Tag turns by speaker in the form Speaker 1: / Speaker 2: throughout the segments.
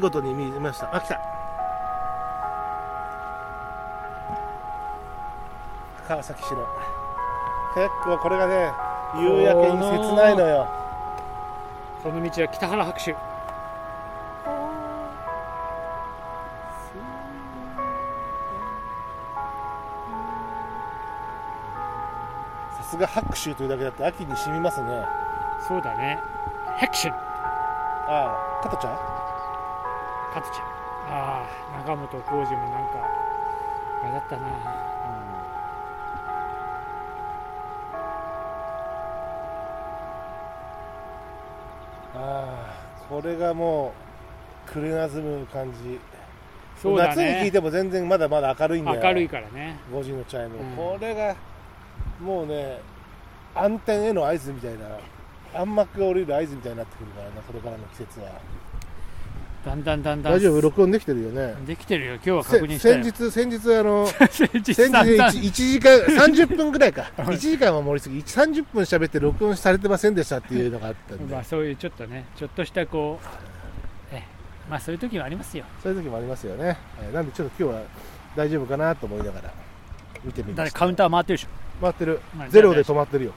Speaker 1: 事に見えましたあ来た川崎市の結構これがね夕焼けに切ないのよ
Speaker 2: この道は北原白秋
Speaker 1: さすが白秋というだけだって秋に染みますね
Speaker 2: そうだねヘクション
Speaker 1: ああ加トちゃん
Speaker 2: カトちゃんああ中本浩二もなんかあれだったな
Speaker 1: ああこれがもうくれなずむ感じ
Speaker 2: そうだ
Speaker 1: 夏に聞い
Speaker 2: ね
Speaker 1: ても全然まだまだ明るいんだよ
Speaker 2: 明るいからね
Speaker 1: 5時のチャイム、
Speaker 2: うん
Speaker 1: これがもうね暗転への合図みたいな暗幕が降りる合図みたいになってくるからなこれからの季節は
Speaker 2: だんだんだんだん
Speaker 1: 大丈夫録音できてるよね
Speaker 2: できてるよ今日は
Speaker 1: せ
Speaker 2: 確認した
Speaker 1: 先
Speaker 2: よ
Speaker 1: 日先日あ の
Speaker 2: 先日
Speaker 1: 先日
Speaker 2: 散々
Speaker 1: 1, 時間30分ぐ らいか1時間は盛りすぎ30分喋って録音されてませんでしたっていうのがあったんで、
Speaker 2: まあそういうちょっとねちょっとしたこうえまあそういう時はありますよ
Speaker 1: そういう時もありますよね、えーなんでちょっと今日は大丈夫かなと思いながら見てみま
Speaker 2: だって
Speaker 1: した
Speaker 2: カウンター回ってるでしょ
Speaker 1: 回ってる
Speaker 2: まあ
Speaker 1: ゼロで止まってるよ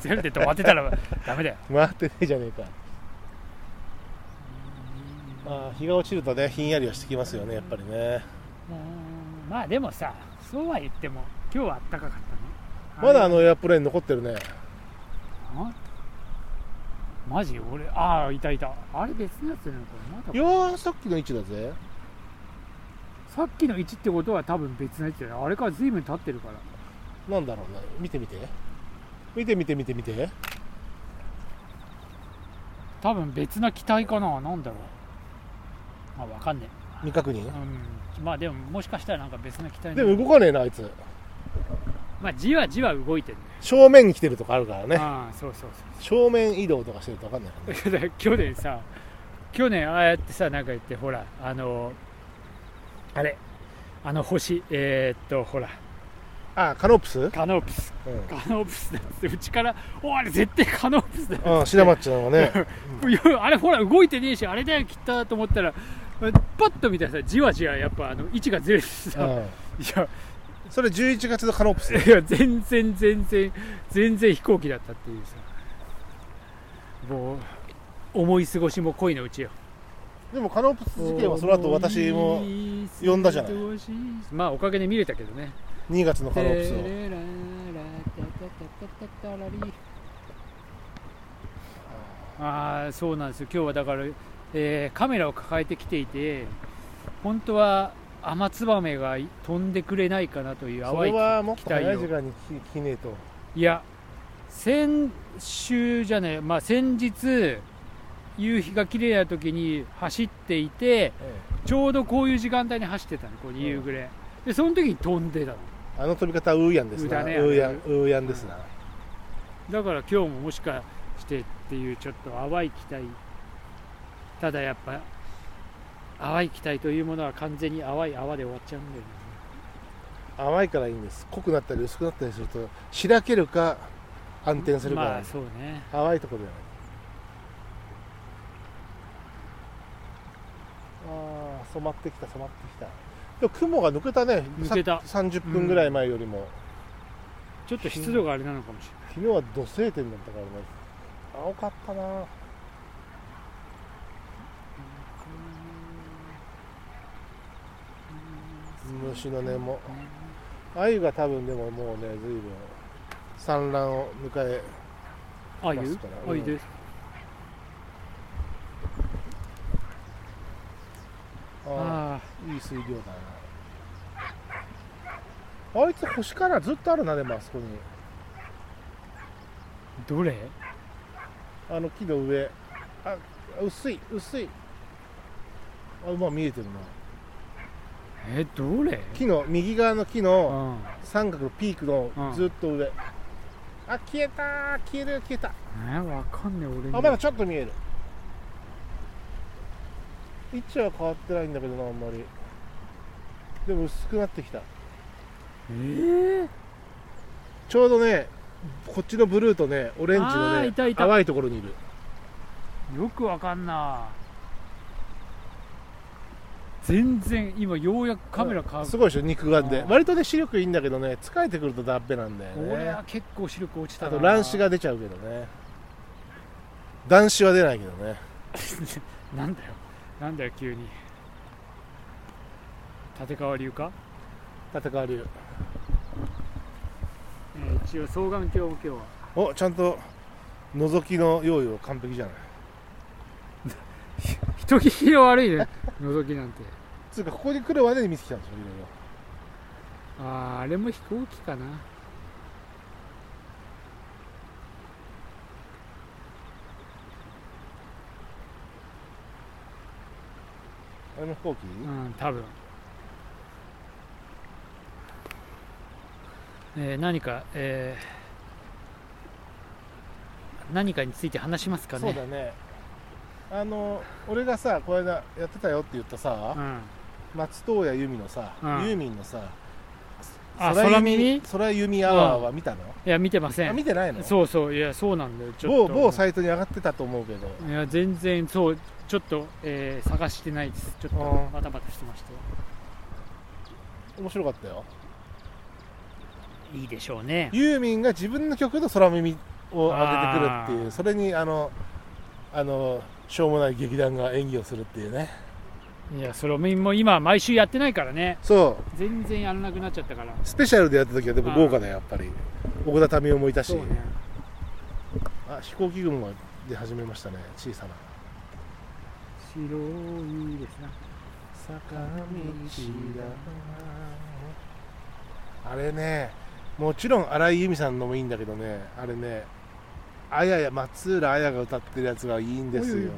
Speaker 2: ゼロで止まってたら ダメだよ
Speaker 1: 回ってねえじゃねえかまあ日が落ちるとねひんやりはしてきますよねやっぱりね
Speaker 2: うんまあでもさそうは言っても今日は暖かかったね
Speaker 1: まだあ
Speaker 2: あれ
Speaker 1: のエアプレーン残ってるね
Speaker 2: あマジ俺ああいたいたあれ別のやつなのかなまだ
Speaker 1: いやーさっきの位置だぜ
Speaker 2: さっきの1ってことは多分別のやつだよねあれから随分経ってるから
Speaker 1: なんだろうね見てみて見て見て見て見て
Speaker 2: 多分別な機体かななんだろうまあわかんね
Speaker 1: 未確認
Speaker 2: えうんまあでももしかしたらなんか別の機体の
Speaker 1: でも動かねえなあいつ
Speaker 2: まあじわじわ動いてる
Speaker 1: 正面に来てるとかあるからね
Speaker 2: ああそうそうそ
Speaker 1: 正面移動とかしてると分かんないからね
Speaker 2: うだから去年さ 去年ああやってさなんか言ってほらあのあれあの星えーっとほら
Speaker 1: あカノープス、うん、
Speaker 2: カノープスカノープスだっつってうちから「おいあれ絶対カノープスだよ
Speaker 1: うん、シダマッチなの ね
Speaker 2: いやあれほら動いてねえしあれだよきっとと思ったらパッと見たらさじわじわやっぱあの位置がずれて
Speaker 1: う
Speaker 2: さ、い
Speaker 1: ん
Speaker 2: や
Speaker 1: それ11月のカノープス
Speaker 2: いや全然全然全然飛行機だったっていうさもう思い過ごしも恋のうちよ
Speaker 1: でもカノープス事件はその後私も呼んだじゃない
Speaker 2: まあおかげで見れたけどね
Speaker 1: 2月のカノープスを
Speaker 2: テレララタタタタタラリ ああそうなんですよ今日はだから、えーカメラを抱えてきていて本当はアマツバメが飛んでくれないかなという
Speaker 1: そ
Speaker 2: 淡
Speaker 1: れ
Speaker 2: い
Speaker 1: はもっと
Speaker 2: 期待
Speaker 1: 早い
Speaker 2: を
Speaker 1: 時間に聞きねえと
Speaker 2: いや先週じゃない、まあ、先日夕日が綺麗な時に走っていてちょうどこういう時間帯に走ってたのこう夕暮れ、でその時に飛んでたの
Speaker 1: あの飛び方はウーヤンですな
Speaker 2: ウーだね
Speaker 1: ウーヤンウーヤンですな、
Speaker 2: だから今日ももしかしてっていうちょっと淡い期待ただやっぱ淡い期待というものは完全に淡い泡で終わっちゃうんだよね
Speaker 1: 甘いからいいんです濃くなったり薄くなったりするとしらけるか暗転するか、
Speaker 2: まあそうね
Speaker 1: 淡いところじゃないああ染まってきた染まってきたでも雲が抜けたね
Speaker 2: 抜けた
Speaker 1: さ30分ぐらい前よりも、
Speaker 2: ちょっと湿度があれなのかもしれない
Speaker 1: 昨日は土星点だったからね青かったな虫の音も鮎が多分でももうね随分産卵を迎え
Speaker 2: あ
Speaker 1: ま
Speaker 2: ゆ
Speaker 1: すから
Speaker 2: あゆです
Speaker 1: あ
Speaker 2: あ
Speaker 1: あいい水量だなあいつ星からずっとあるなでもあそこに
Speaker 2: あどれ
Speaker 1: あの木の上あ薄い薄いあまあ見えてるな
Speaker 2: えどれ
Speaker 1: 木の右側の木
Speaker 2: う
Speaker 1: の
Speaker 2: ん
Speaker 1: 三角のピークの
Speaker 2: うん
Speaker 1: ずっと上、あ消えたー消える消えた
Speaker 2: えわかんねえ俺に
Speaker 1: あまだちょっと見える位置は変わってないんだけどなあんまりでも薄くなってきた
Speaker 2: えー
Speaker 1: ちょうどねこっちのブルーとねオレンジの
Speaker 2: あー
Speaker 1: ね
Speaker 2: いたいた
Speaker 1: 淡いところにいる
Speaker 2: よくわかんな全然今ようやくカメラ買う、
Speaker 1: すごいでしょ肉眼で
Speaker 2: うん
Speaker 1: 割とね視力いいんだけどね疲れてくるとダッベなんだよ
Speaker 2: これ
Speaker 1: ね
Speaker 2: は結構視力落ちた
Speaker 1: あ
Speaker 2: な
Speaker 1: と乱視が出ちゃうけどね男子は出ないけどね
Speaker 2: なんだよなんだよ急に立川流か、
Speaker 1: 立川流
Speaker 2: えー一応双眼鏡を今日は
Speaker 1: おちゃんと覗きの用意を完璧じゃない
Speaker 2: 人聞きの悪いね 覗きなんて
Speaker 1: つうかここに来るまでに見てきたんですよいろいろ
Speaker 2: あーあれも飛行機かな
Speaker 1: あれの飛行機
Speaker 2: うん多分、えー何か、えー何かについて話しますかね
Speaker 1: そうだねあの俺がさこの間やってたよって言ったさ、
Speaker 2: うん、
Speaker 1: 松任谷由実のさ、
Speaker 2: うん
Speaker 1: ユーミンのさ
Speaker 2: あ空耳い
Speaker 1: 空由実アワーは見たの、
Speaker 2: や見てませ
Speaker 1: あ
Speaker 2: ん
Speaker 1: 見てないの
Speaker 2: そうそういやそうなんだよちょ
Speaker 1: 某
Speaker 2: っと
Speaker 1: 某サイトに上がってたと思うけど
Speaker 2: いや全然そうちょっと、えー探してないですちょっと
Speaker 1: うん
Speaker 2: バタバタしてまして
Speaker 1: 面白かったよ
Speaker 2: いいでしょうね
Speaker 1: ユーミンが自分の曲の空耳を上げてくるってい
Speaker 2: あー
Speaker 1: うそれにあのあのしょうもない劇団が演技をするっていうね
Speaker 2: いやそれも今毎週やってないからね
Speaker 1: そう
Speaker 2: 全然やらなくなっちゃったから
Speaker 1: スペシャルでやった時はでも豪華だよやっぱり奥田民生もいたし、
Speaker 2: そうね
Speaker 1: あ飛行機雲が出始めましたね小さな
Speaker 2: 白いですな
Speaker 1: 坂道だあれねもちろん荒井由実さんのもいいんだけどねあれねあやや松浦あやが歌ってるやつがいいんですよ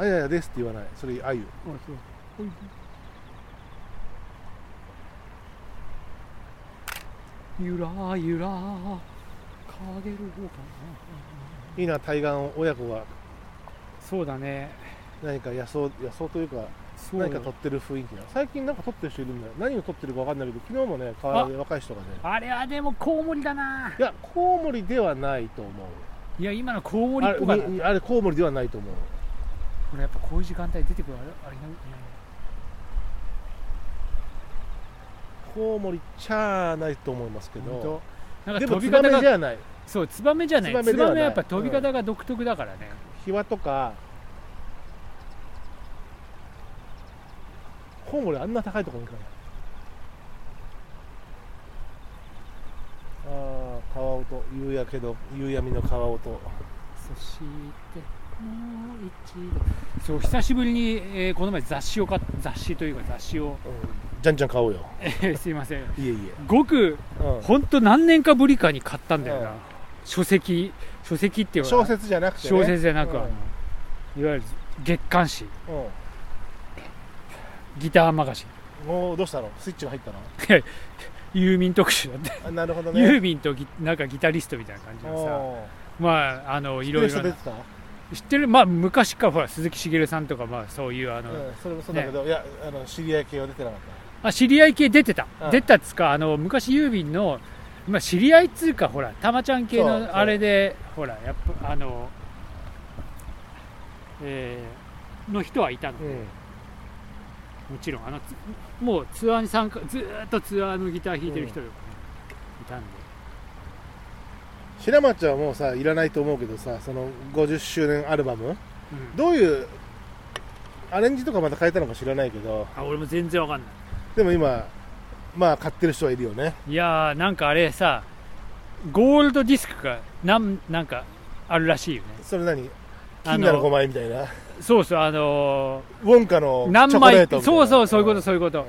Speaker 2: お
Speaker 1: あ
Speaker 2: いおい
Speaker 1: ややですって言わないそれあゆ
Speaker 2: おいあそうおいゆらゆら影るご
Speaker 1: いいな対岸を親子が
Speaker 2: そうだね
Speaker 1: 何か野草野草というか
Speaker 2: そう
Speaker 1: 何か撮ってる雰囲気が最近なんか撮ってる人いるんだよ何を撮ってるか分かんないけど昨日もね河原で若い人がね
Speaker 2: あれはでもコウモリだない
Speaker 1: やコウモリではないと思う
Speaker 2: いや今のコウモリ
Speaker 1: あ
Speaker 2: っ
Speaker 1: れ
Speaker 2: ぽかった
Speaker 1: にあれコウモリではないと思う
Speaker 2: これやっぱこういう時間帯出てくるあれあれな
Speaker 1: コウモリちゃあないと思いますけ
Speaker 2: ほんと
Speaker 1: ど
Speaker 2: なん
Speaker 1: で
Speaker 2: か
Speaker 1: もツ
Speaker 2: 飛び
Speaker 1: バ
Speaker 2: 方
Speaker 1: メじ
Speaker 2: が
Speaker 1: ゃない
Speaker 2: そうツバメじゃない
Speaker 1: ツバ
Speaker 2: ツバ
Speaker 1: メではない
Speaker 2: メはやっぱ飛び方が独特だからね、
Speaker 1: ヒワとかコウモリあんな高いところに行かないああ川音夕焼けの夕闇の川音
Speaker 2: そしてもう一度そう久しぶりに、えーこの前雑誌を買っ雑誌というか雑誌を、
Speaker 1: じゃんじゃん買おうよ
Speaker 2: えーすいません
Speaker 1: いえい
Speaker 2: ごく
Speaker 1: え、う
Speaker 2: ほんと何年かぶりかに買ったんだよな、
Speaker 1: うん、
Speaker 2: 書籍書籍っていうんの
Speaker 1: 小
Speaker 2: は
Speaker 1: 説じゃなくて、ね、
Speaker 2: 小説じゃなく、
Speaker 1: うん
Speaker 2: あのいわゆる月刊誌
Speaker 1: うん
Speaker 2: ギターマガジン
Speaker 1: もうどうしたのスイッチが入ったの
Speaker 2: ユーミン特集だって、
Speaker 1: あなるほどね
Speaker 2: ユーミンとギなんかギタリストみたいな感じのさ
Speaker 1: おー
Speaker 2: まああのいろい
Speaker 1: 知っ
Speaker 2: ろ
Speaker 1: てる人出
Speaker 2: な
Speaker 1: てた
Speaker 2: 知ってるまあ昔からほら鈴木茂さんとかまあそういうあの、
Speaker 1: うん、それもそうだけど、いやあの知り合い系は出てなかっ
Speaker 2: あ知り合い系出てた、
Speaker 1: うん
Speaker 2: 出たっつかあの昔郵便の、まあ、知り合いっつうかほらたまちゃん系
Speaker 1: そうそう
Speaker 2: のあれでほらやっぱあのえーの人はいたの
Speaker 1: た、
Speaker 2: で、もちろんあのつもうツアーに参加ずーっとツアーのギター弾いてる人とかね、いたんで
Speaker 1: 平松はもうさいらないと思うけどさその50周年アルバム
Speaker 2: うん
Speaker 1: どういうアレンジとかまた変えたのか知らないけど
Speaker 2: あ俺も全然わかんない
Speaker 1: でも今まあ買ってる人はいるよね
Speaker 2: いやーなんかあれさゴールドディスクがなんなんかあるらしいよね
Speaker 1: それ何
Speaker 2: あの
Speaker 1: 金なの5枚みたいな
Speaker 2: そうそうあの
Speaker 1: ウォンカの
Speaker 2: ー
Speaker 1: チョ
Speaker 2: 何
Speaker 1: コレ
Speaker 2: 枚
Speaker 1: ートみたい
Speaker 2: そ
Speaker 1: な
Speaker 2: うそうそういうこと
Speaker 1: ん
Speaker 2: そういうこと
Speaker 1: うん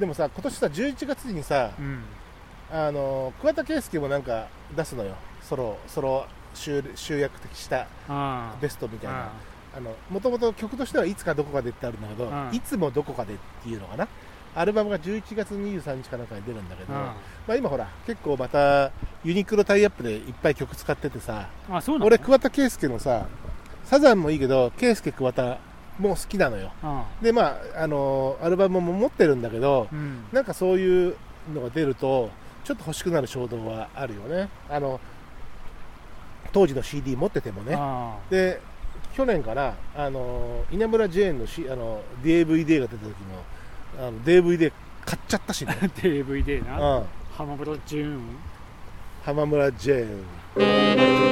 Speaker 1: でもさ今年さ11月にさ
Speaker 2: うん
Speaker 1: あの桑田佳祐もなんか出すのよソロソロ集集約的した
Speaker 2: あー
Speaker 1: ベストみたいな
Speaker 2: あ
Speaker 1: あのもともと曲としてはいつかどこかでってあるんだけど、
Speaker 2: うん
Speaker 1: いつもどこかでっていうのかなアルバムが11月23日かなんかに出るんだけど、
Speaker 2: あ
Speaker 1: まあ、今ほら結構またユニクロタイアップでいっぱい曲使っててさ
Speaker 2: あそうなの
Speaker 1: 俺桑田佳祐のさサザンもいいけど佳祐桑田も好きなのよ
Speaker 2: あ
Speaker 1: でまああのアルバムも持ってるんだけど
Speaker 2: うん
Speaker 1: なんかそういうのが出るとちょっと欲しくなる衝動はあるよねあの当時の CD 持っててもね
Speaker 2: あ
Speaker 1: で去年からあの稲村ジェーンのしあの DVD が出た時のあの DVD 買っちゃったしね、
Speaker 2: DVD
Speaker 1: う
Speaker 2: な、
Speaker 1: ん、
Speaker 2: 浜室淳
Speaker 1: 浜村ジェーン